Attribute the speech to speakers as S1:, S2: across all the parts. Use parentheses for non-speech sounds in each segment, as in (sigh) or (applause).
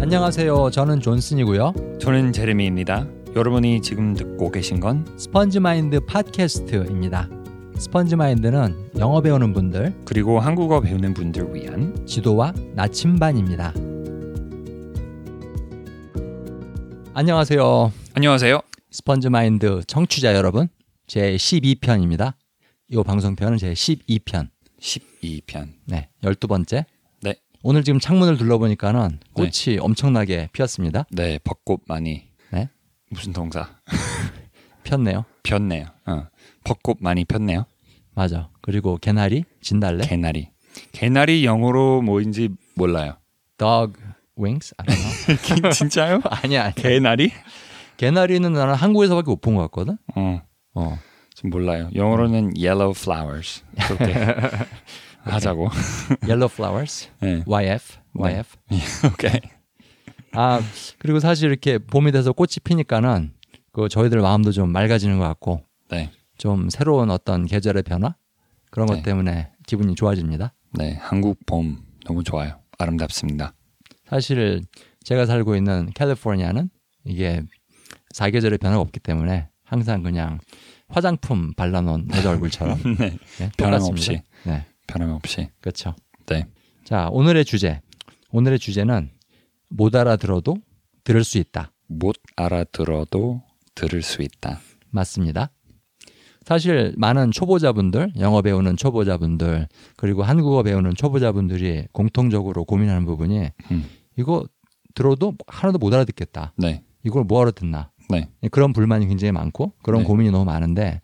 S1: 안녕하세요. 저는 존슨이고요.
S2: 저는 제레미입니다. 여러분이 지금 듣고 계신 건
S1: 스펀지 마인드 팟캐스트입니다. 스펀지 마인드는 영어 배우는 분들
S2: 그리고 한국어 배우는 분들 위한
S1: 지도와 나침반입니다. 안녕하세요.
S2: 안녕하세요.
S1: 스펀지 마인드 청취자 여러분. 제 12편입니다. 이 방송편은 제 12편.
S2: 12편.
S1: 네, 12번째.
S2: 네.
S1: 오늘 지금 창문을 둘러보니까는 꽃이 엄청나게 피었습니다.
S2: 네, 벚꽃 많이
S1: 네.
S2: 무슨 동사?
S1: 폈네요.
S2: 폈네요. 어. 벚꽃 많이 폈네요.
S1: 맞아. 그리고 개나리, 진달래,
S2: 개나리. 개나리 영어로 뭐인지 (laughs) 몰라요.
S1: dog wings. 아, I don't know.
S2: 진짜요?
S1: (laughs) 아니야, 아니야.
S2: 개나리?
S1: 개나리는 나는 한국에서밖에 못 본 것
S2: (laughs)
S1: 같거든.
S2: 어.
S1: 어.
S2: 좀 몰라요. 영어로는 yellow flowers. (laughs) 그렇게 하자고.
S1: Yellow flowers.
S2: 네.
S1: YF.
S2: 네.
S1: YF.
S2: (laughs) 오케이.
S1: 아, 그리고 사실 이렇게 봄이 돼서 꽃이 피니까는 그 저희들 마음도 좀 맑아지는 것 같고
S2: 네.
S1: 좀 새로운 어떤 계절의 변화 그런 것
S2: 네.
S1: 때문에 기분이 좋아집니다.
S2: 네, 한국 봄 너무 좋아요. 아름답습니다.
S1: 사실 제가 살고 있는 캘리포니아는 이게 사계절의 변화가 없기 때문에 항상 그냥 화장품 발라놓은 내
S2: (laughs)
S1: 얼굴처럼
S2: 네.
S1: 네,
S2: 변함없이.
S1: 똑같습니다. 네,
S2: 변함없이.
S1: 그렇죠.
S2: 네.
S1: 자, 오늘의 주제. 오늘의 주제는 못 알아들어도 들을 수 있다.
S2: 못 알아들어도 들을 수 있다.
S1: 맞습니다. 사실 많은 초보자분들, 영어 배우는 초보자분들, 그리고 한국어 배우는 초보자분들이 공통적으로 고민하는 부분이
S2: 음.
S1: 이거 들어도 하나도 못 알아듣겠다.
S2: 네,
S1: 이걸 뭐하러 듣나.
S2: 네,
S1: 그런 불만이 굉장히 많고 그런
S2: 네.
S1: 고민이 너무 많은데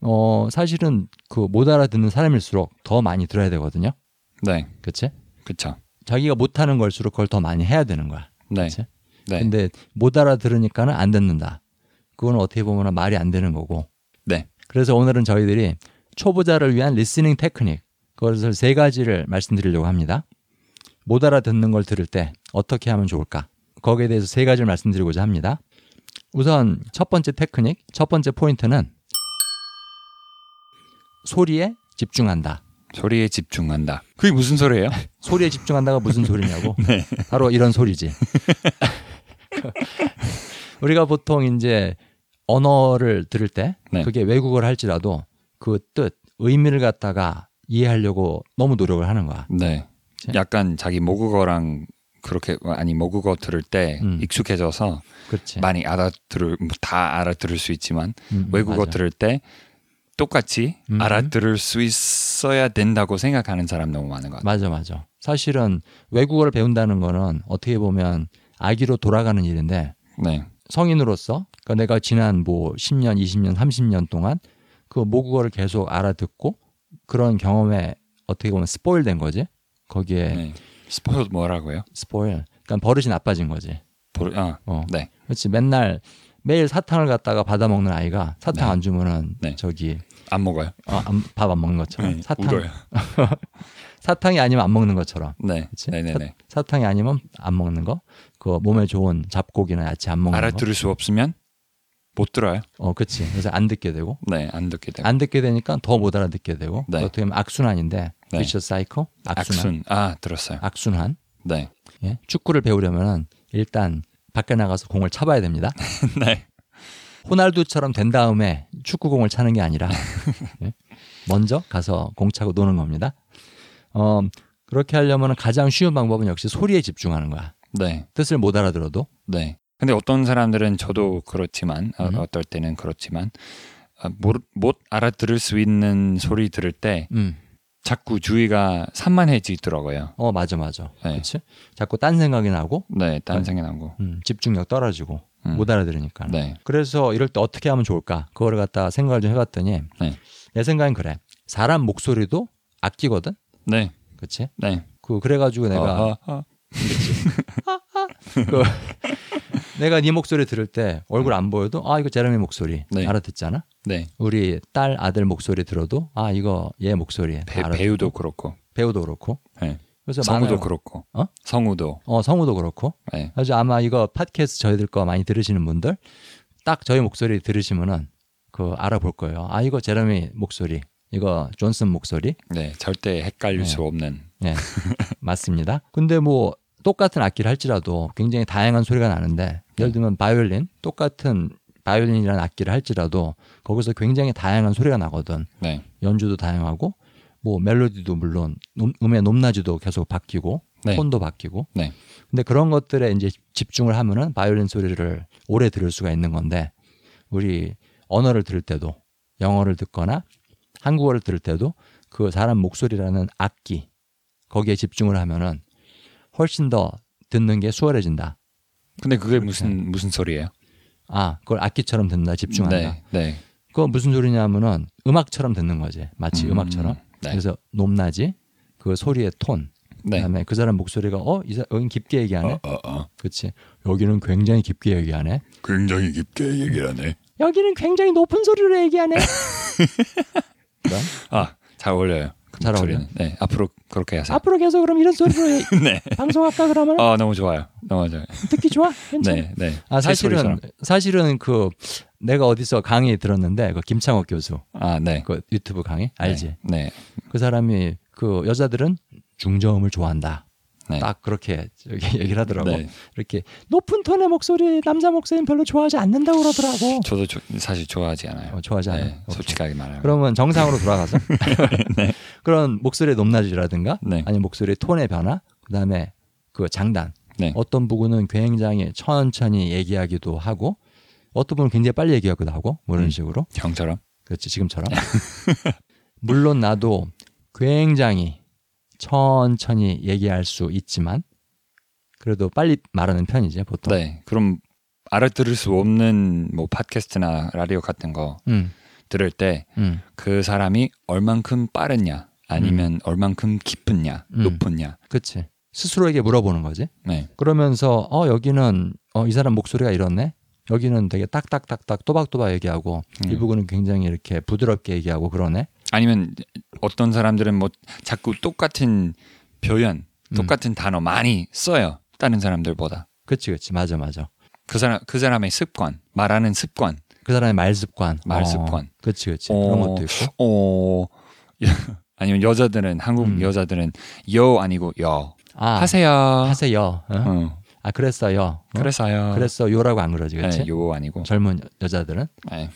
S1: 어, 사실은 그 못 알아듣는 사람일수록 더 많이 들어야 되거든요.
S2: 네,
S1: 그치?
S2: 그쵸.
S1: 자기가 못하는 걸수록 그걸 더 많이 해야 되는 거야.
S2: 네,
S1: 그치?
S2: 네,
S1: 근데 못 알아들으니까는 안 듣는다. 그건 어떻게 보면 말이 안 되는 거고.
S2: 네,
S1: 그래서 오늘은 저희들이 초보자를 위한 리스닝 테크닉 그것을 세 가지를 말씀드리려고 합니다. 못 알아듣는 걸 들을 때 어떻게 하면 좋을까? 거기에 대해서 세 가지를 말씀드리고자 합니다. 우선 첫 번째 테크닉, 첫 번째 포인트는 소리에 집중한다.
S2: 소리에 집중한다. 그게
S1: (laughs)
S2: 무슨 소리예요?
S1: 소리에 집중한다가 무슨 소리냐고?
S2: (laughs) 네.
S1: 바로 이런 소리지. (laughs) 우리가 보통 이제 언어를 들을 때
S2: 네.
S1: 그게 외국어를 할지라도 그 뜻, 의미를 갖다가 이해하려고 너무 노력을 하는 거야.
S2: 네, 약간 자기 모국어랑 그렇게 아니 모국어 들을 때
S1: 음.
S2: 익숙해져서
S1: 그렇지.
S2: 많이 알아들을 뭐다 알아들을 수 있지만
S1: 음,
S2: 외국어
S1: 맞아.
S2: 들을 때 똑같이
S1: 음.
S2: 알아들을 수 있어야 된다고 생각하는 사람 너무 많은 것 같아요.
S1: 맞아, 맞아. 사실은 외국어를 배운다는 거는 어떻게 보면 아기로 돌아가는 일인데
S2: 네,
S1: 성인으로서 그러니까 내가 지난 뭐 10년, 20년, 30년 동안 그 모국어를 계속 알아듣고 그런 경험에 어떻게 보면 스포일 된 거지. 거기에
S2: 네. 스포츠 뭐라고요?
S1: 스포일. 그러니까 버릇이 나빠진 거지.
S2: 보르- 아,
S1: 어.
S2: 네,
S1: 그렇지. 맨날 매일 사탕을 갖다가 받아 먹는 아이가 사탕
S2: 네.
S1: 안 주면은
S2: 네.
S1: 저기
S2: 안 먹어요.
S1: 밥 안 먹는 것처럼
S2: 네,
S1: 아, 사탕
S2: 울어요.
S1: 사탕이 아니면 안 먹는 것처럼
S2: 네,
S1: 그치? 뭐
S2: 네, 네, 네.
S1: 사탕이 아니면 안 먹는 거. 그 몸에 좋은 잡곡이나 야채 안 먹는 거.
S2: 알아들을 수 없으면 못 들어요.
S1: 어, 그렇지. 그래서 안 듣게 되고
S2: 네, 안 듣게 되고.
S1: 안 듣게 되니까 더 못 알아듣게 되고
S2: 네.
S1: 어떻게 보면 악순환인데
S2: 네.
S1: 비처 사이코 악순환
S2: 악순. 아, 들었어요.
S1: 악순환
S2: 네. (laughs)
S1: 예? 축구를 배우려면은 일단 밖에 나가서 공을 차봐야 됩니다.
S2: 네.
S1: 호날두처럼 된 다음에 축구공을 차는 게
S2: (laughs)
S1: 아니라 예? 먼저 가서 공 차고 노는 겁니다. 어, 그렇게 하려면 가장 쉬운 방법은 역시 소리에 집중하는 거야.
S2: 네.
S1: 뜻을 못 알아들어도
S2: 네. 근데 어떤 사람들은 저도 그렇지만 어,
S1: 음.
S2: 어떨 때는 그렇지만 아, 못, 못 알아들을 수 있는 소리 들을 때
S1: 음,
S2: 자꾸 주의가 산만해지더라고요.
S1: 어 맞아 맞아
S2: 네.
S1: 그렇지 자꾸 딴 생각이 나고
S2: 네, 딴 생각이 나고.
S1: 음, 집중력 떨어지고
S2: 음.
S1: 못 알아들으니까
S2: 네.
S1: 그래서 이럴 때 어떻게 하면 좋을까? 그거를 갖다 생각을 좀 해봤더니
S2: 네.
S1: 내 생각엔 그래. 사람 목소리도 아끼거든.
S2: 네.
S1: 그렇지?
S2: 네.
S1: 그 그래가지고 내가
S2: 어, 어, 어.
S1: (laughs) 그 내가 네 목소리 들을 때 얼굴 안 보여도 아 이거 제레미 목소리
S2: 네.
S1: 알아듣잖아.
S2: 네.
S1: 우리 딸 아들 목소리 들어도 아 이거 얘 목소리
S2: 배,
S1: 알아
S2: 배우도 그렇고.
S1: 배우도 그렇고.
S2: 네.
S1: 그래서
S2: 성우도
S1: 많아요.
S2: 그렇고.
S1: 어?
S2: 성우도.
S1: 어 성우도 그렇고.
S2: 네.
S1: 그래서 아마 이거 팟캐스트 저희들 거 많이 들으시는 분들 딱 저희 목소리 들으시면은 그 알아볼 거예요. 아 이거 제레미 목소리, 이거 존슨 목소리,
S2: 네. 절대 헷갈릴
S1: 네.
S2: 수 없는
S1: 예 맞습니다. 근데 뭐 똑같은 악기를 할지라도 굉장히 다양한 소리가 나는데 예를 들면 바이올린 똑같은 바이올린이라는 악기를 할지라도 거기서 굉장히 다양한 소리가 나거든
S2: 네.
S1: 연주도 다양하고 뭐 멜로디도 물론 음- 음의 높낮이도 계속 바뀌고
S2: 네.
S1: 톤도 바뀌고
S2: 네.
S1: 근데 그런 것들에 이제 집중을 하면은 바이올린 소리를 오래 들을 수가 있는 건데 우리 언어를 들을 때도 영어를 듣거나 한국어를 들을 때도 그 사람 목소리라는 악기 거기에 집중을 하면은 훨씬 더 듣는 게 수월해진다.
S2: 근데 그게 무슨 무슨 소리예요?
S1: 아, 그걸 악기처럼 듣는다, 집중한다.
S2: 네. 네.
S1: 그건 무슨 소리냐면은 음악처럼 듣는 거지. 마치
S2: 음,
S1: 음, 악처럼
S2: 네.
S1: 그래서 높낮이, 그 소리의 톤,
S2: 네.
S1: 그다음에 그 사람 목소리가 어, 이 사람 여긴 깊게 얘기하네.
S2: 어, 어.
S1: 그렇지. 여기는 굉장히 깊게 얘기하네.
S2: 굉장히 깊게 얘기를 하네.
S1: 여기는 굉장히 높은 소리로 (laughs) 얘기하네.
S2: 아, 잘 어울려요. 그
S1: 잘
S2: 목소리는. 네. 앞으로 그렇게 하세요.
S1: 앞으로 계속 그럼 이런 소리로 (laughs)
S2: 네.
S1: 방송할까 그러면
S2: 아, 너무 좋아요. 너무 좋아요.
S1: 듣기 좋아?
S2: 네, 네.
S1: 어. 아
S2: 새 소리처럼.
S1: 사실은 사실은 그 내가 어디서 강의 들었는데 그 김창옥 교수
S2: 아, 네.
S1: 그 유튜브 강의 알지?
S2: 네.
S1: 그 사람이 그 여자들은 중저음을 좋아한다.
S2: 네.
S1: 딱 그렇게 저기 (laughs) 얘기를 하더라고.
S2: 네.
S1: 이렇게 높은 톤의 목소리 남자 목소리는 별로 좋아하지 않는다고 그러더라고.
S2: 저도 조, 사실 좋아하지 않아요.
S1: 어, 좋아하지 않아.
S2: 네, 솔직하게 말하면.
S1: 그러면 정상으로
S2: (laughs)
S1: 돌아가서 그런 목소리의 높낮이라든가
S2: 네.
S1: 아니면 목소리의 톤의 변화 그다음에 그 장단
S2: 네.
S1: 어떤 부분은 굉장히 천천히 얘기하기도 하고 어떤 분은 굉장히 빨리 얘기하기도 하고 뭐 이런
S2: 음.
S1: 식으로
S2: 형처럼.
S1: 그렇지 지금처럼 (laughs) 물론 나도 굉장히 천천히 얘기할 수 있지만 그래도 빨리 말하는 편이지 보통
S2: 네. 그럼 알아들을 수 없는 뭐 팟캐스트나 라디오 같은 거
S1: 음,
S2: 들을
S1: 음,
S2: 때 그 사람이 얼만큼 빠르냐 아니면 얼만큼 깊으냐
S1: 음.
S2: 높으냐.
S1: 그치 스스로에게 물어보는 거지
S2: 네.
S1: 그러면서 어 여기는 어, 이 사람 목소리가 이렇네. 여기는 되게 딱딱딱딱 또박또박 얘기하고
S2: 음.
S1: 이 부분은 굉장히 이렇게 부드럽게 얘기하고 그러네.
S2: 아니면 어떤 사람들은 뭐 자꾸 똑같은 표현,
S1: 음.
S2: 똑같은 단어 많이 써요. 다른 사람들보다.
S1: 그치 그치 맞아 맞아.
S2: 그 사람 그 사람의 습관, 말하는 습관.
S1: 그 사람의 말습관,
S2: 말습관.
S1: 어, 그치 그치
S2: 어.
S1: 그런 것도 있고.
S2: 어 (laughs) 아니면 여자들은 한국
S1: 음.
S2: 여자들은 여 아니고 여
S1: 아
S2: 하세요.
S1: 하세요. 어?
S2: 응.
S1: 아 그랬어요. 어?
S2: 그래서요.
S1: 그랬어요라고 안 그러지 그렇죠. 그치?
S2: 네, 요 아니고.
S1: 젊은 여- 여자들은
S2: 네.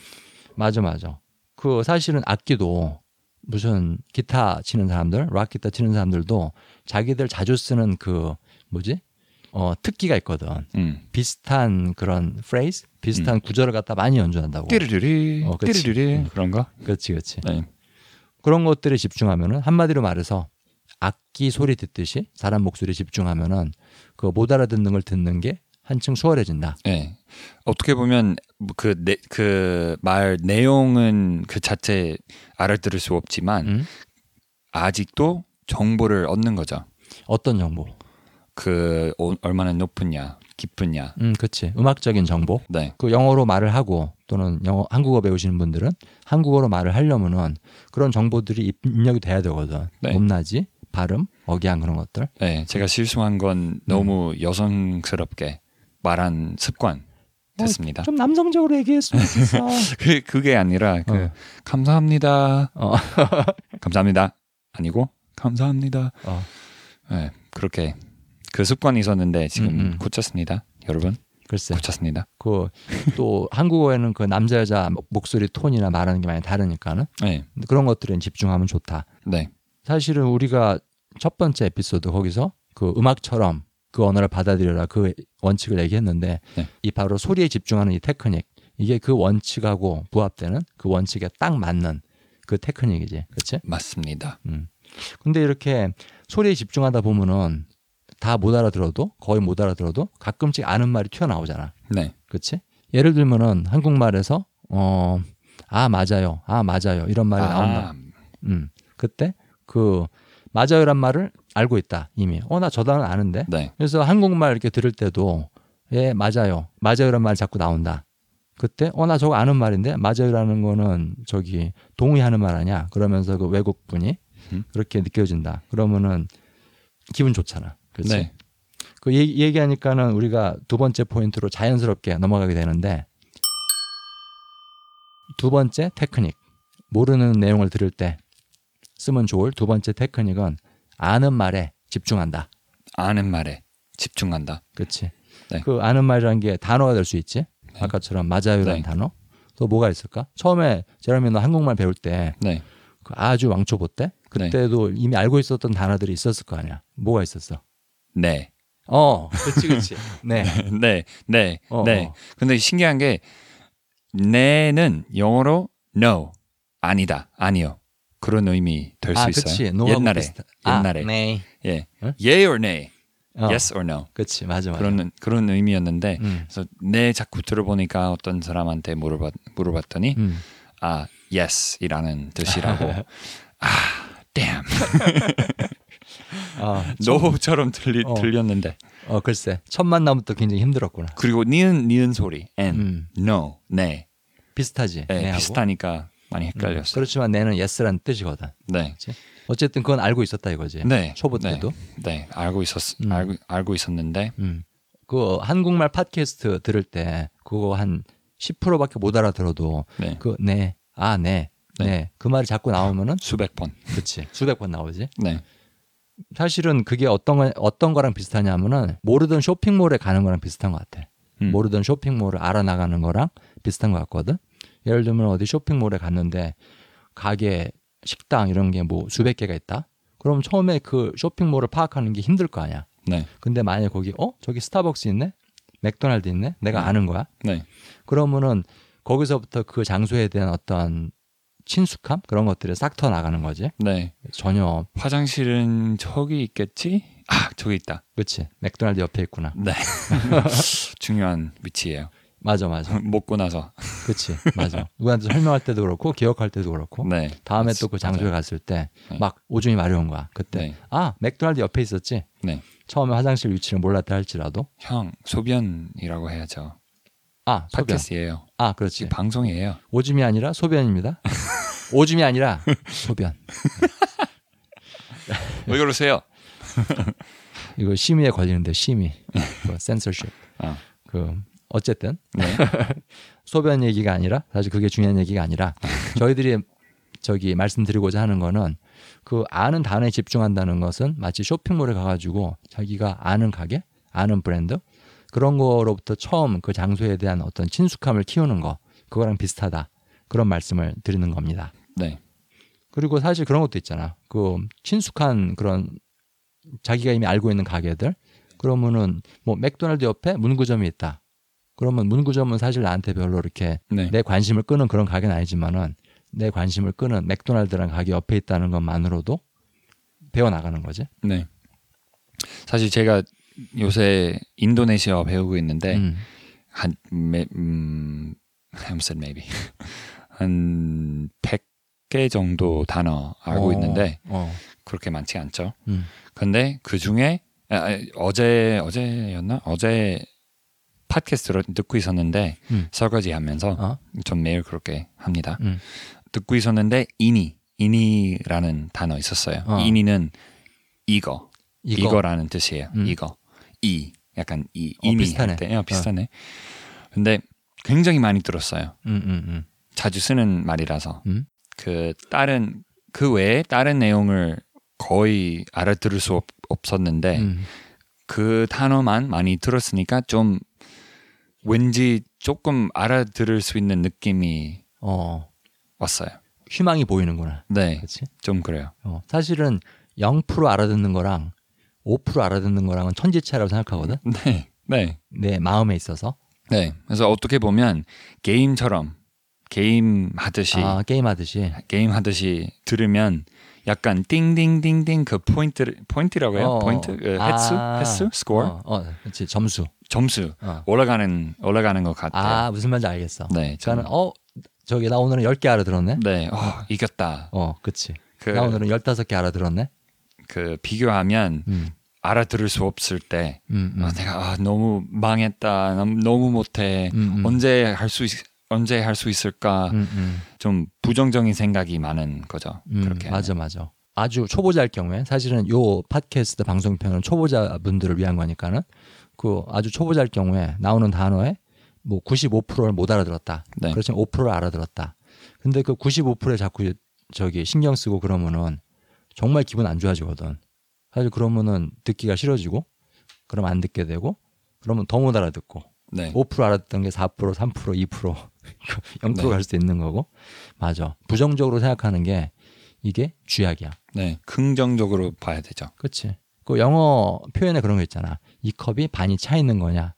S1: 맞아 맞아. 그 사실은 악기도 무슨 기타 치는 사람들, 락 기타 치는 사람들도 자기들 자주 쓰는 그 뭐지? 어 특기가 있거든.
S2: 음.
S1: 비슷한 그런 프레이즈, 비슷한 구절을 갖다 많이 연주한다고.
S2: 띠르르리
S1: 뭐. 어, 그치.
S2: 띠르르리 그런 거.
S1: 그렇지, 그렇지.
S2: 네.
S1: 그런 것들에 집중하면은 한마디로 말해서 악기 소리 듣듯이 사람 목소리에 집중하면은 그 못 알아듣는 걸 듣는 게 한층 수월해진다.
S2: 네. 어떻게 보면 그 그그말 내용은 그 자체 알아들을 수 없지만
S1: 음?
S2: 아직도 정보를 얻는 거죠.
S1: 어떤 정보?
S2: 그 어- 얼마나 높으냐, 깊으냐.
S1: 음, 그렇지. 음악적인 정보.
S2: 네.
S1: 그 영어로 말을 하고 또는 영어 한국어 배우시는 분들은 한국어로 말을 하려면은 그런 정보들이 입- 입력이 돼야 되거든.
S2: 네.
S1: 높낮이, 발음, 억양 그런 것들.
S2: 네, 제가 실수한 건 너무
S1: 음.
S2: 여성스럽게 말한
S1: 어,
S2: 습관 됐습니다.
S1: 좀 남성적으로 얘기했으면 좋겠어.
S2: 그 그게 아니라 그
S1: 어.
S2: 감사합니다,
S1: 어.
S2: (laughs) 감사합니다 아니고 감사합니다.
S1: 어.
S2: 네, 그렇게 그 습관이 있었는데 지금
S1: 음, 네. 음.
S2: 고쳤습니다, 여러분
S1: (laughs) 글쎄.
S2: 고쳤습니다.
S1: 그 또 한국어에는 그 남자 여자 목- 목소리 톤이나 말하는 게 많이 다르니까는
S2: 네,
S1: 그런 것들은 집중하면 좋다.
S2: 네,
S1: 사실은 우리가 첫 번째 에피소드 거기서 그 음악처럼 그 언어를 받아들여라 그 원칙을 얘기했는데
S2: 네.
S1: 이 바로 소리에 집중하는 이 테크닉 이게 그 원칙하고 부합되는 그 원칙에 딱 맞는 그 테크닉이지, 그렇지?
S2: 맞습니다.
S1: 음. 근데 이렇게 소리에 집중하다 보면은 다 못 알아들어도 거의 못 알아들어도 가끔씩 아는 말이 튀어나오잖아.
S2: 네,
S1: 그치? 예를 들면은 한국말에서 어, 아 맞아요, 아 맞아요 이런 말이 나온다. 음, 그때 그 맞아요란 말을 알고 있다 이미. 어 나 저 단어 아는데.
S2: 네,
S1: 그래서 한국말 이렇게 들을 때도 예 맞아요, 맞아요란 말 자꾸 나온다. 그때 어 나 저거 아는 말인데 맞아요라는 거는 저기 동의하는 말 아니야. 그러면서 그 외국 분이
S2: 음.
S1: 그렇게 느껴진다. 그러면은 기분 좋잖아. 그치?
S2: 네,
S1: 그 얘기, 얘기하니까는 우리가 두 번째 포인트로 자연스럽게 넘어가게 되는데 두 번째 테크닉 모르는 내용을 들을 때 쓰면 좋을 두 번째 테크닉은 아는 말에 집중한다.
S2: 아는 말에 집중한다.
S1: 그렇지.
S2: 네.
S1: 그 아는 말이라는 게 단어가 될 수 있지. 아까처럼 맞아요라는
S2: 네.
S1: 단어. 또 뭐가 있을까? 처음에 제롬이 너 한국말 배울 때
S2: 네.
S1: 그 아주 왕초보 때
S2: 네.
S1: 그때도 이미 알고 있었던 단어들이 있었을 거 아니야. 뭐가 있었어?
S2: 네. (laughs)
S1: 어, 그렇지, 그렇지. 네,
S2: 네. 네.
S1: 어,
S2: 네.
S1: 어.
S2: 근데 신기한 게 네는 영어로 no 아니다. 아니요. 그런 의미 될 수
S1: 아,
S2: 있어요.
S1: 그렇지. 노하고
S2: 옛날에
S1: 비슷하-
S2: 옛날에
S1: 아, 네.
S2: 예.
S1: 응?
S2: yeah or nay.
S1: 어,
S2: yes or no.
S1: 그렇지, 맞아, 맞아.
S2: 그런 그런 의미였는데
S1: 음,
S2: 그래서 네 자꾸 들어보니까 어떤 사람한테 물어봤 물어봤더니
S1: 음.
S2: 아 yes이라는
S1: (laughs)
S2: 뜻이라고 아 damn
S1: 어,
S2: no처럼 들리
S1: 어.
S2: 들렸는데
S1: 어, 글쎄, 첫 만남부터 굉장히 힘들었구나.
S2: 그리고 니은 니은 소리 and
S1: 음.
S2: no 네,
S1: 비슷하지.
S2: 네,
S1: 네하고.
S2: 비슷하니까 많이 헷갈렸어. 요
S1: 그렇지만 내는 yes라는 뜻이거든.
S2: 네.
S1: 그치? 어쨌든 그건 알고 있었다 이거지.
S2: 네.
S1: 초보
S2: 네.
S1: 때도.
S2: 네. 알고 있었
S1: 음.
S2: 알고 알고 있었는데
S1: 음. 그 한국말 팟캐스트 들을 때 그거 한 10%밖에 못 알아들어도
S2: 네.
S1: 그 네. 아, 네.
S2: 네.
S1: 네. 그 말이 자꾸 나오면은
S2: 수백 번.
S1: 그렇지. 수백 번 나오지.
S2: 네.
S1: 사실은 그게 어떤 거, 어떤 거랑 비슷하냐면은 모르던 쇼핑몰에 가는 거랑 비슷한 것 같아.
S2: 음.
S1: 모르던 쇼핑몰을 알아나가는 거랑 비슷한 것 같거든. 예를 들면 어디 쇼핑몰에 갔는데 가게, 식당 이런 게 뭐 수백 개가 있다. 그럼 처음에 그 쇼핑몰을 파악하는 게 힘들 거 아니야.
S2: 네.
S1: 근데 만약에 거기 어 저기 스타벅스 있네, 맥도날드 있네, 내가
S2: 음.
S1: 아는 거야.
S2: 네.
S1: 그러면은 거기서부터 그 장소에 대한 어떤 친숙함 그런 것들이 싹 터 나가는 거지.
S2: 네.
S1: 전혀
S2: 화장실은 저기 있겠지? 아, 저기 있다.
S1: 그치 맥도날드 옆에 있구나.
S2: 네. (laughs) 중요한 위치예요.
S1: 맞아 맞아.
S2: 먹고 나서.
S1: 그치
S2: (laughs)
S1: 맞아. 누구한테 설명할 때도 그렇고 기억할 때도 그렇고
S2: 네.
S1: 다음에 또 그 장소에 갔을 때
S2: 네.
S1: 막 오줌이 마려운 거야. 그때
S2: 네.
S1: 아 맥도날드 옆에 있었지.
S2: 네.
S1: 처음에 화장실 위치를 몰랐다 할지라도
S2: 형, 소변이라고 해야죠.
S1: 아 소변. 네.
S2: 팟캐스트예요.
S1: 아
S2: 지금
S1: 그렇지.
S2: 방송이에요.
S1: 오줌이 아니라
S2: (laughs)
S1: 소변입니다. 오줌이 아니라 소변.
S2: 왜 그러세요?
S1: 이거 심의에 걸리는데
S2: (laughs)
S1: 심의 그 센서십
S2: 아.
S1: 그 어쨌든
S2: 네.
S1: (laughs) 소변 얘기가 아니라 사실 그게 중요한 얘기가 아니라 저희들이 저기 말씀드리고자 하는 거는 그 아는 단어에 집중한다는 것은 마치 쇼핑몰에 가가지고 자기가 아는 가게 아는 브랜드 그런 거로부터 처음 그 장소에 대한 어떤 친숙함을 키우는 거 그거랑 비슷하다 그런 말씀을 드리는 겁니다.
S2: 네.
S1: 그리고 사실 그런 것도 있잖아. 그 친숙한 그런 자기가 이미 알고 있는 가게들. 그러면은 뭐 맥도날드 옆에 문구점이 있다. 그러면 문구점은 사실 나한테 별로 이렇게
S2: 네.
S1: 내 관심을 끄는 그런 가게는 아니지만은 내 관심을 끄는 맥도날드라는 가게 옆에 있다는 것만으로도 배워 나가는 거지.
S2: 네. 사실 제가 요새 인도네시아 배우고 있는데
S1: 음.
S2: 한 매, 음, I said maybe (laughs) 한 100개 정도 단어 알고
S1: 어,
S2: 있는데
S1: 어.
S2: 그렇게 많지 않죠.
S1: 음.
S2: 근데 그 중에 어제 어제였나 어제 팟캐스트를 듣고 있었는데
S1: 음.
S2: 설거지하면서
S1: 어?
S2: 전 매일 그렇게 합니다.
S1: 음.
S2: 듣고 있었는데 이니 이니라는 단어 있었어요.
S1: 어.
S2: 이니는 이거
S1: 이거.
S2: 이거. 라는 뜻이에요.
S1: 음.
S2: 이거 이 약간 이
S1: 어,
S2: 이미
S1: 비슷하네.
S2: 할 때, 어, 비슷하네. 근데 굉장히 많이 들었어요.
S1: 음, 음, 음.
S2: 자주 쓰는 말이라서
S1: 음?
S2: 그 다른 그 외에 다른 내용을 거의 알아들을 수 없, 없었는데
S1: 음.
S2: 그 단어만 많이 들었으니까 좀 왠지 조금 알아들을 수 있는 느낌이
S1: 어.
S2: 왔어요.
S1: 희망이 보이는구나.
S2: 네,
S1: 그렇지?
S2: 좀 그래요. (laughs)
S1: 어, 사실은 0% 알아듣는 거랑 5% 알아듣는 거랑은 천지차라고 생각하거든.
S2: 네, 네,
S1: 내 마음에 있어서
S2: 네. 그래서 어떻게 보면 게임처럼 게임 하듯이
S1: 아, 게임 하듯이.
S2: 게임 하듯이 들으면 약간 띵띵띵띵 그 포인트 포인트라고 해요?
S1: 어.
S2: 포인트 어,
S1: 아.
S2: 횟수 횟수 스코어
S1: 어, 어, 그렇지 점수.
S2: 점수
S1: 어.
S2: 올라가는 올라가는 것 같아요.
S1: 아 무슨 말인지 알겠어.
S2: 네,
S1: 저는
S2: 저는
S1: 어 저기 나 오늘은 10개 알아들었네.
S2: 네, 어, 이겼다.
S1: 어, 그치.
S2: 그,
S1: 나 오늘은 15개 알아들었네.
S2: 그 비교하면
S1: 음,
S2: 알아들을 수 없을 때
S1: 음, 음.
S2: 아, 내가 아, 너무 망했다, 남- 너무 못해,
S1: 음, 음.
S2: 언제 할 수 언제 할 수 있을까
S1: 음, 음.
S2: 좀 부정적인 생각이 많은 거죠.
S1: 음,
S2: 그렇게
S1: 맞아 맞아 아주 초보자일 경우에 사실은 요 팟캐스트 방송편은 초보자분들을 위한 거니까는 그 아주 초보자일 경우에 나오는 단어에 뭐 95%를 못 알아들었다
S2: 네.
S1: 그렇지만 5%를 알아들었다 근데 그 95%에 자꾸 저기 신경 쓰고 그러면은 정말 기분 안 좋아지거든 사실 그러면은 듣기가 싫어지고 그럼 안 듣게 되고 그러면 더 못 알아듣고
S2: 네.
S1: 5% 알았던 게 4%, 3%, 2% (laughs) 0%
S2: 네.
S1: 갈 수도 있는 거고 맞아 부정적으로 생각하는 게 이게 쥐약이야
S2: 네. 긍정적으로 봐야 되죠.
S1: 그치 그 영어 표현에 그런 거 있잖아 이 컵이 반이 차 있는 거냐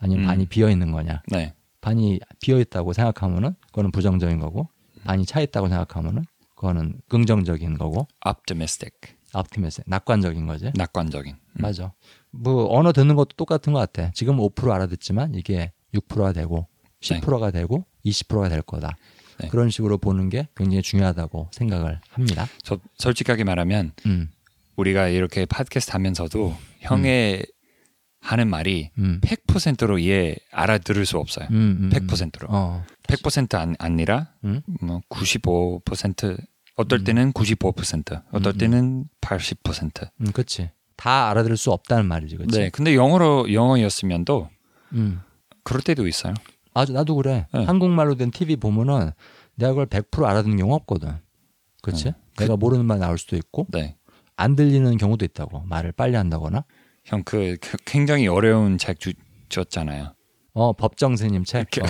S1: 아니면
S2: 음.
S1: 반이 비어 있는 거냐
S2: 네.
S1: 반이 비어 있다고 생각하면은 그거는 부정적인 거고 반이 차 있다고 생각하면은 그거는 긍정적인 거고
S2: optimistic.
S1: optimistic 낙관적인 거지
S2: 낙관적인. 음.
S1: 맞아. 뭐 언어 듣는 것도 똑같은 것 같아. 지금 5% 알아듣지만 이게 6%가 되고 10%가 되고 20%가 될 거다.
S2: 네.
S1: 그런 식으로 보는 게 굉장히 중요하다고 생각을 합니다.
S2: 저- 솔직하게 말하면
S1: 음,
S2: 우리가 이렇게 팟캐스트 하면서도 형의 하는 말이
S1: 음,
S2: 100%로 이해 알아들을 수 없어요.
S1: 음, 음,
S2: 100%로.
S1: 어,
S2: 100% 안, 아니라
S1: 음,
S2: 뭐95% 어떨
S1: 음.
S2: 때는 95%,
S1: 음,
S2: 어떨
S1: 음.
S2: 때는 80%.
S1: 음, 그렇지. 다 알아들을 수 없다는 말이지, 그렇지?
S2: 네, 근데 영어로 영어였으면도
S1: 음,
S2: 그럴 때도 있어요.
S1: 맞아. 나도 그래.
S2: 네.
S1: 한국말로 된 TV 보면은 내가 그걸 100% 알아듣는 경우 없거든. 그렇지?
S2: 네.
S1: 내가 모르는 말 나올 수도 있고
S2: 네,
S1: 안 들리는 경우도 있다고 말을 빨리 한다거나.
S2: 형 그 굉장히 어려운 책 주, 줬잖아요.
S1: 어, 법정스님 책. (laughs)
S2: 이렇게
S1: 어.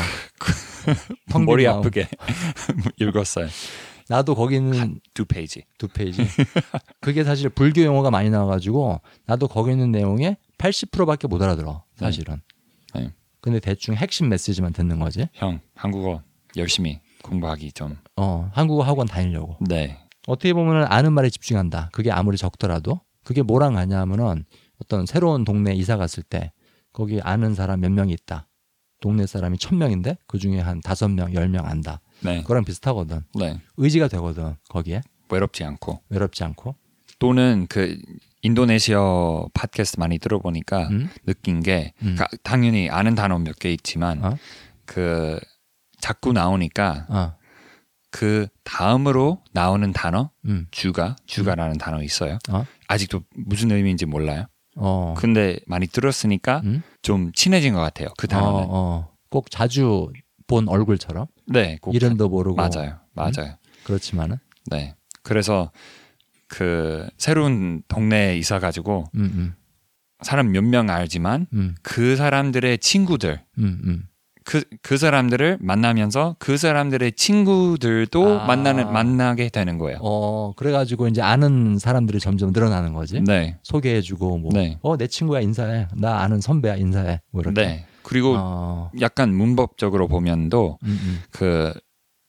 S1: 텅빈
S2: 그 머리
S1: 마음.
S2: 아프게 (laughs) 읽었어요.
S1: 나도 거기는
S2: 한 두 페이지.
S1: 두 페이지. 그게 사실 불교 용어가 많이 나와가지고 나도 거기 있는 내용의 80%밖에 못 알아들어 사실은.
S2: 네.
S1: 근데 대충 핵심 메시지만 듣는 거지.
S2: 형 한국어 열심히 공부하기 좀.
S1: 어 한국어 학원 다니려고.
S2: 네,
S1: 어떻게 보면은 아는 말에 집중한다. 그게 아무리 적더라도 그게 뭐랑 가냐면은 어떤 새로운 동네 이사 갔을 때 거기 아는 사람 몇 명이 있다. 동네 사람이 천 명인데 그 중에 한 다섯 명, 열 명 안다.
S2: 네,
S1: 그거랑 비슷하거든.
S2: 네.
S1: 의지가 되거든 거기에
S2: 외롭지 않고
S1: 외롭지 않고.
S2: 또는 그 인도네시아 팟캐스트 많이 들어보니까
S1: 음?
S2: 느낀 게
S1: 음.
S2: 가- 당연히 아는 단어 몇 개 있지만
S1: 어?
S2: 그 자꾸 나오니까
S1: 어,
S2: 그 다음으로 나오는 단어
S1: 음,
S2: 주가 주가라는 단어 있어요.
S1: 어,
S2: 아직도 무슨 의미인지 몰라요.
S1: 어.
S2: 근데 많이 들었으니까
S1: 음?
S2: 좀 친해진 것 같아요. 그 단어는
S1: 어, 어. 꼭 자주 본 얼굴처럼
S2: 네, 그
S1: 이름도 모르고
S2: 맞아요, 맞아요.
S1: 그렇지만은
S2: 네, 그래서 그 새로운 동네에 이사 가지고
S1: 음, 음,
S2: 사람 몇 명 알지만
S1: 음,
S2: 그 사람들의 친구들
S1: 음, 음.
S2: 그, 그 사람들을 만나면서 그 사람들의 친구들도
S1: 아.
S2: 만나는, 만나게 되는 거예요.
S1: 어 그래가지고 이제 아는 사람들이 점점 늘어나는 거지
S2: 네.
S1: 소개해주고 뭐
S2: 네.
S1: 어, 내 친구야 인사해. 나 아는 선배야 인사해. 뭐 이렇게.
S2: 네. 그리고
S1: 어,
S2: 약간 문법적으로 보면도
S1: 음, 음,
S2: 그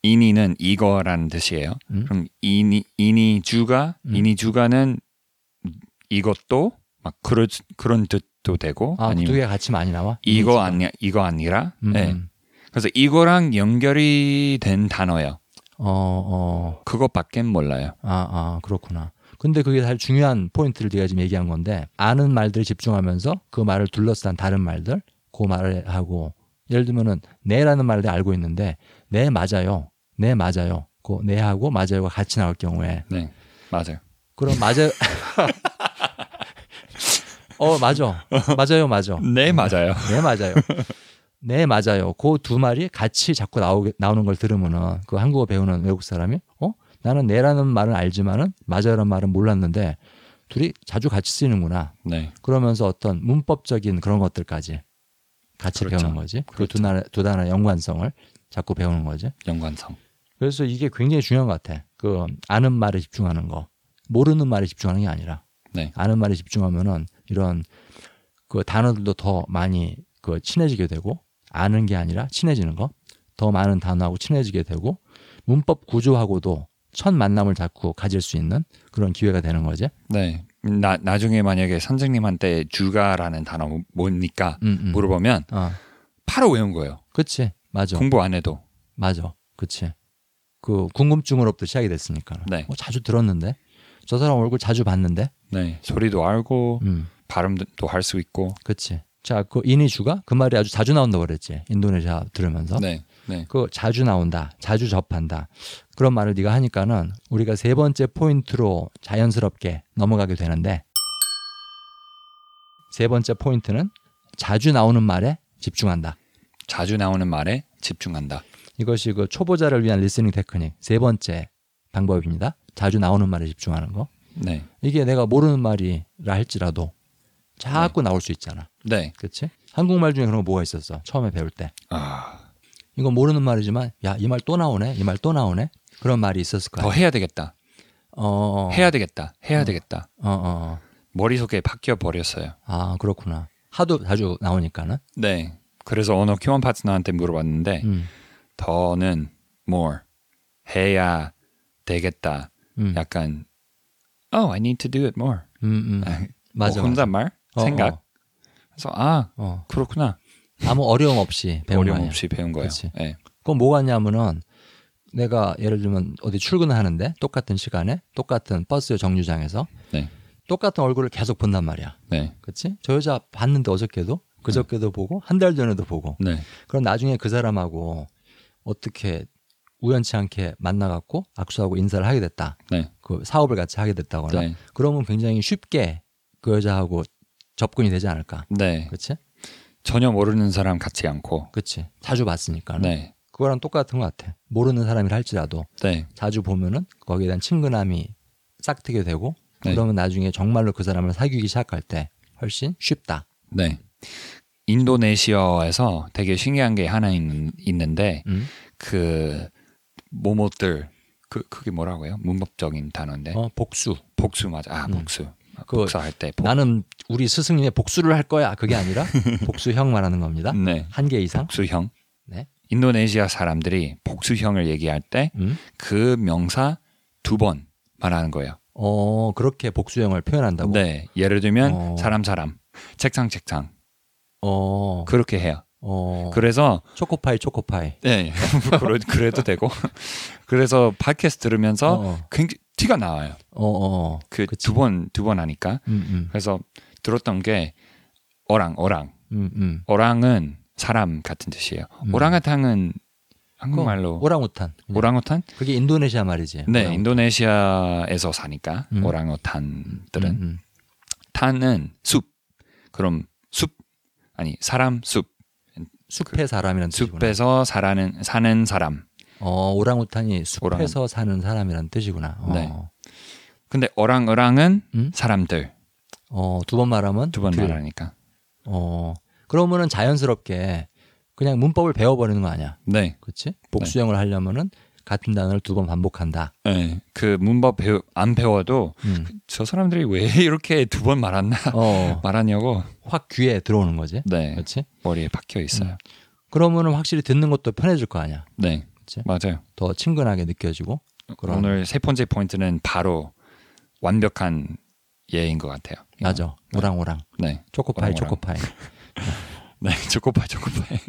S2: 인이는 이거라는 뜻이에요.
S1: 음.
S2: 그럼 인이, 인이 주가,
S1: 음.
S2: 인이 주가는 이것도 막 그런, 그런 뜻도 되고
S1: 아,
S2: 아, 니
S1: 두
S2: 면
S1: 개가 같이 많이 나와?
S2: 이거 아니, 이거 아니라.
S1: 음,
S2: 네.
S1: 음.
S2: 그래서 이거랑 연결이 된 단어예요.
S1: 어, 어,
S2: 그것밖엔 몰라요.
S1: 아, 아, 그렇구나. 근데 그게 사실 중요한 포인트를 네가 지금 얘기한 건데 아는 말들에 집중하면서 그 말을 둘러싼 다른 말들 그 말을 하고 예를 들면은 네라는 말을 내가 알고 있는데 네 맞아요, 네 맞아요, 그 네하고 맞아요가 같이 나올 경우에
S2: 네. 맞아요.
S1: 그럼 맞아요. 어 맞아, 맞아요, 맞아.
S2: 네, 맞아요.
S1: 네
S2: (laughs)
S1: 맞아요. 네 맞아요. 그 두 말이 같이 자꾸 나오게 나오는 걸 들으면은 그 한국어 배우는 외국 사람이 어 나는 네라는 말은 알지만은 맞아요라는 말은 몰랐는데 둘이 자주 같이 쓰이는구나.
S2: 네.
S1: 그러면서 어떤 문법적인 그런 것들까지 같이
S2: 그렇죠.
S1: 배우는 거지. 그
S2: 그렇죠.
S1: 두 나라 두 나라 연관성을 자꾸 배우는 거지.
S2: 연관성.
S1: 그래서 이게 굉장히 중요한 것 같아. 그 아는 말에 집중하는 거, 모르는 말에 집중하는 게 아니라
S2: 네.
S1: 아는 말에 집중하면은 이런 그 단어들도 더 많이 그 친해지게 되고 아는 게 아니라 친해지는 거, 더 많은 단어하고 친해지게 되고 문법 구조하고도 첫 만남을 자꾸 가질 수 있는 그런 기회가 되는 거지.
S2: 네. 나 나중에 만약에 선생님한테 주가라는 단어 뭐, 뭡니까
S1: 음, 음.
S2: 물어보면
S1: 어,
S2: 바로 외운 거예요.
S1: 그치, 맞아,
S2: 공부 안 해도.
S1: 맞아, 그치. 그 궁금증으로부터 시작이 됐으니까.
S2: 네.
S1: 어, 자주 들었는데, 저 사람 얼굴 자주 봤는데,
S2: 네. 소리도 알고
S1: 음.
S2: 발음도 할 수 있고.
S1: 그치. 자, 그 이니슈가 그 말이 아주 자주 나온다고 그랬지. 인도네시아 들으면서.
S2: 네. 네.
S1: 그 자주 나온다. 자주 접한다. 그런 말을 네가 하니까는 우리가 세 번째 포인트로 자연스럽게 넘어가게 되는데 세 번째 포인트는 자주 나오는 말에 집중한다.
S2: 자주 나오는 말에 집중한다.
S1: 이것이 그 초보자를 위한 리스닝 테크닉 세 번째 방법입니다. 자주 나오는 말에 집중하는 거.
S2: 네.
S1: 이게 내가 모르는 말이라 할지라도 자꾸 나올 수 있잖아.
S2: 네.
S1: 그렇지? 한국말 중에 그런 거 뭐가 있었어? 처음에 배울 때.
S2: 아,
S1: 이거 모르는 말이지만 야, 이 말 또 나오네. 이 말 또 나오네. 그런 말이 있었을 거야.
S2: 더 해야 되겠다.
S1: 어, 어.
S2: 해야 되겠다. 해야 되겠다.
S1: 어, 어, 어.
S2: 머릿속에 바뀌어 버렸어요.
S1: 아, 그렇구나. 하도 자주 나오니까는.
S2: 네. 그래서 언어 교환 파트너한테 물어봤는데
S1: 음.
S2: 더는 more 해야 되겠다.
S1: 음.
S2: 약간 oh I need to do it more.
S1: 음, 음. 맞아.
S2: 뭐
S1: 맞아.
S2: 혼잣말
S1: 어,
S2: 생각. 그래서 아
S1: 어, 어.
S2: 그렇구나.
S1: 아무 어려움
S2: (laughs)
S1: 없이 배운
S2: 어려움
S1: 거예요.
S2: 없이 배운 거예요.
S1: 그치.
S2: 네.
S1: 그건 뭐가 냐면은 내가 예를 들면 어디 출근을 하는데 똑같은 시간에 똑같은 버스 정류장에서
S2: 네.
S1: 똑같은 얼굴을 계속 본단 말이야.
S2: 네.
S1: 그치? 저 여자 봤는데 어저께도 그저께도 보고 한 달 전에도 보고
S2: 네.
S1: 그럼 나중에 그 사람하고 어떻게 우연치 않게 만나갖고 악수하고 인사를 하게 됐다.
S2: 네.
S1: 그 사업을 같이 하게 됐다거나
S2: 네.
S1: 그러면 굉장히 쉽게 그 여자하고 접근이 되지 않을까.
S2: 네.
S1: 그치?
S2: 전혀 모르는 사람 같지 않고.
S1: 그치? 자주 봤으니까. 는
S2: 네.
S1: 그거랑 똑같은 것 같아. 모르는 사람이라 할지라도
S2: 네.
S1: 자주 보면은 거기에 대한 친근함이 싹트게 되고
S2: 네.
S1: 그러면 나중에 정말로 그 사람을 사귀기 시작할 때 훨씬 쉽다.
S2: 네. 인도네시아에서 되게 신기한 게 하나 있, 있는데
S1: 음?
S2: 그 뭐뭐들 그 그게 뭐라고 해요? 문법적인 단어인데
S1: 어, 복수.
S2: 복수 맞아. 아
S1: 음.
S2: 복수.
S1: 그-
S2: 복수할 때 복.
S1: 나는 우리 스승님의 복수를 할 거야. 그게
S2: (laughs)
S1: 아니라 복수형 말하는 겁니다.
S2: 네.
S1: 한 개 이상.
S2: 복수형.
S1: 네.
S2: 인도네시아 사람들이 복수형을
S1: 음?
S2: 얘기할 때 그 명사 두 번 말하는 거예요.
S1: 어 그렇게 복수형을 표현한다고.
S2: 네. 예를 들면
S1: 어.
S2: 사람 사람, 책상 책상
S1: 어,
S2: 그렇게 해요.
S1: 어
S2: 그래서
S1: 초코파이 초코파이.
S2: 네. (laughs) 그래- 그래도 되고. (laughs) 그래서 팟캐스트 들으면서
S1: 어,
S2: 굉장히 티가 나와요.
S1: 어, 어.
S2: 그 두
S1: 그치.
S2: 번 두 번 하니까.
S1: 음,
S2: 그래서 들었던 게 어랑 어랑
S1: 음, 음, 음.
S2: 어랑은 사람 같은 뜻이에요.
S1: 음.
S2: 오랑아탕은 한국말로
S1: 오랑우탄. 그냥.
S2: 오랑우탄?
S1: 그게 인도네시아 말이지.
S2: 네,
S1: 오랑우탄.
S2: 인도네시아에서 사니까
S1: 음.
S2: 오랑우탄들은
S1: 음, 음.
S2: 탄은 숲. 그럼 숲 아니 사람 숲
S1: 숲의 사람이라는 음, 뜻이구나.
S2: 그 숲에서 살아는 사는 사람.
S1: 어, 오랑우탄이
S2: 오랑우-
S1: 숲에서 사는 사람이라는 뜻이구나. 어.
S2: 네. 근데 어랑어랑은
S1: 음?
S2: 사람들
S1: 어, 두 번 말하면
S2: 두 번
S1: 들.
S2: 말하니까.
S1: 어. 그러면은 자연스럽게 그냥 문법을 배워 버리는 거 아니야.
S2: 네.
S1: 그렇지? 복수형을 하려면은 같은 단어를 두 번 반복한다.
S2: 네. 그 문법 배우, 안 배워도
S1: 음.
S2: 저 사람들이 왜 (laughs) 이렇게 두 번 말았나
S1: 어,
S2: 말하냐고
S1: 확 귀에 들어오는 거지.
S2: 네
S1: 그렇지?
S2: 머리에 박혀 있어요.
S1: 그러면은 확실히 듣는 것도 편해질 거 아니야.
S2: 음. 네
S1: 그치?
S2: 맞아요.
S1: 더 친근하게 느껴지고. 그런-
S2: 오늘 세 번째 포인트는 바로 완벽한 예인 것 같아요.
S1: 맞아. 오랑오랑.
S2: 네,
S1: 초코파이
S2: 오랑오랑.
S1: 초코파이.
S2: 네 초코파이 초코파이.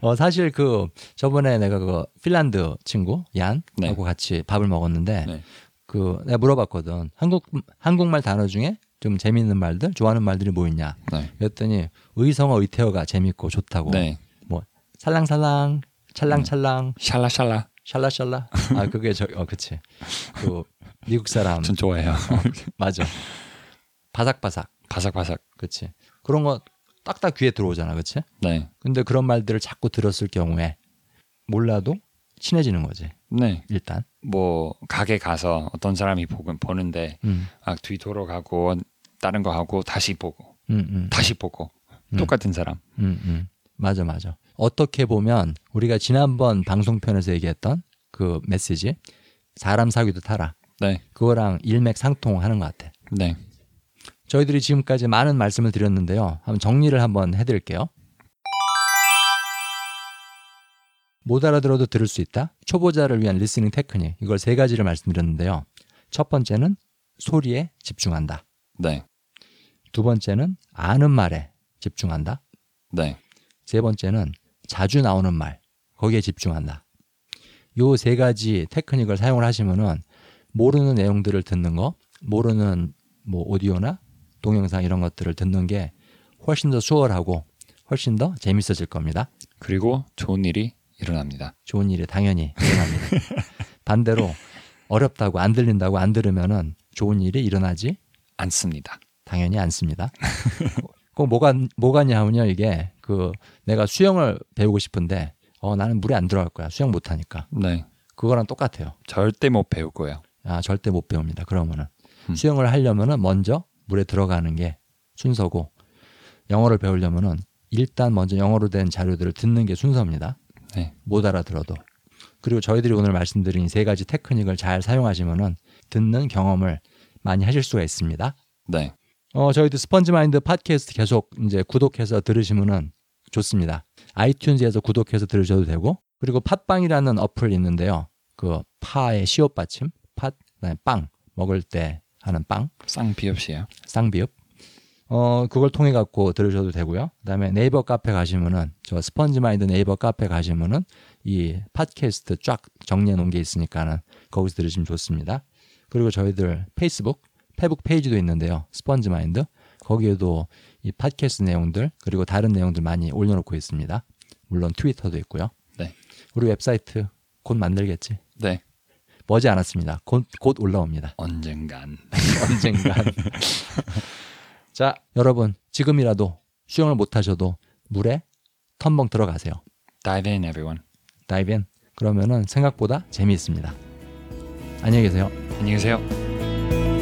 S1: 어 사실 그 저번에 내가 그 핀란드 친구 얀하고
S2: 네.
S1: 같이 밥을 먹었는데
S2: 네.
S1: 그 내가 물어봤거든. 한국 한국말 단어 중에 좀 재미있는 말들, 좋아하는 말들이 뭐 있냐?
S2: 네,
S1: 그랬더니 의성어 의태어가 재밌고 좋다고.
S2: 네
S1: 뭐 살랑살랑, 찰랑찰랑,
S2: 샬라샬라
S1: 샬라샬라. 아 그게 저어 그치. 그 미국
S2: (laughs)
S1: 사람 (laughs)
S2: 전 좋아해요.
S1: 맞아. 바삭바삭.
S2: 바삭바삭.
S1: 그치. 그런 거 딱딱 귀에 들어오잖아, 그치?
S2: 네,
S1: 근데 그런 말들을 자꾸 들었을 경우에 몰라도 친해지는 거지
S2: 네.
S1: 일단.
S2: 뭐 가게 가서 어떤 사람이 보고 보는데
S1: 음,
S2: 아, 뒤돌아가고 다른 거 하고 다시 보고
S1: 음, 음,
S2: 다시 보고
S1: 음.
S2: 똑같은 사람.
S1: 음, 음. 맞아, 맞아. 어떻게 보면 우리가 지난번 방송편에서 얘기했던 그 메시지 사람 사귀도 타라
S2: 네,
S1: 그거랑 일맥상통하는 것 같아.
S2: 네,
S1: 저희들이 지금까지 많은 말씀을 드렸는데요. 한번 정리를 한번 해드릴게요. 못 알아들어도 들을 수 있다. 초보자를 위한 리스닝 테크닉. 이걸 세 가지를 말씀드렸는데요. 첫 번째는 소리에 집중한다.
S2: 네,
S1: 두 번째는 아는 말에 집중한다.
S2: 네,
S1: 세 번째는 자주 나오는 말. 거기에 집중한다. 요 세 가지 테크닉을 사용을 하시면은 모르는 내용들을 듣는 거, 모르는 뭐 오디오나 동영상 이런 것들을 듣는 게 훨씬 더 수월하고 훨씬 더 재밌어질 겁니다.
S2: 그리고 좋은 일이 일어납니다.
S1: 좋은 일이 당연히 일어납니다. 반대로 어렵다고 안 들린다고 안 들으면은 좋은 일이 일어나지
S2: 않습니다.
S1: 당연히 않습니다. (laughs) 꼭 뭐가 뭐가냐면요 이게 그 내가 수영을 배우고 싶은데 어 나는 물에 안 들어갈 거야 수영 못하니까
S2: 네,
S1: 그거랑 똑같아요.
S2: 절대 못 배울 거예요.
S1: 아 절대 못 배웁니다. 그러면은
S2: 음.
S1: 수영을 하려면은 먼저 물에 들어가는 게 순서고 영어를 배우려면은 일단 먼저 영어로 된 자료들을 듣는 게 순서입니다.
S2: 네.
S1: 못 알아들어도. 그리고 저희들이 오늘 말씀드린 이세 가지 테크닉을 잘 사용하시면은 듣는 경험을 많이 하실 수가 있습니다.
S2: 네.
S1: 어, 저희도 스펀지 마인드 팟캐스트 계속 이제 구독해서 들으시면은 좋습니다. 아이튠즈에서 구독해서 들으셔도 되고 그리고 팟빵이라는 어플이 있는데요. 그 파의 시옷 받침, 팥, 그다음에 빵 먹을 때 하는 빵
S2: 쌍피 없이요.
S1: 쌍비읍. 어, 그걸 통해 갖고 들으셔도 되고요. 그다음에 네이버 카페 가시면은 저 스펀지 마인드 네이버 카페 가시면은 이 팟캐스트 쫙 정리해 놓은 게 있으니까는 거기서 들으시면 좋습니다. 그리고 저희들 페이스북, 페북 페이지도 있는데요. 스펀지 마인드 거기에도 이 팟캐스트 내용들 그리고 다른 내용들 많이 올려놓고 있습니다. 물론 트위터도 있고요.
S2: 네.
S1: 우리 웹사이트 곧 만들겠지.
S2: 네.
S1: 머지 않았습니다. 곧, 곧 올라옵니다.
S2: 언젠간. 네.
S1: 언젠간. 자, 여러분 지금이라도 수영을 못하셔도 물에 텀벙 들어가세요.
S2: Dive in everyone.
S1: 다이빙 그러면은 생각보다 재미있습니다. 안녕히 계세요.
S2: 안녕히 계세요.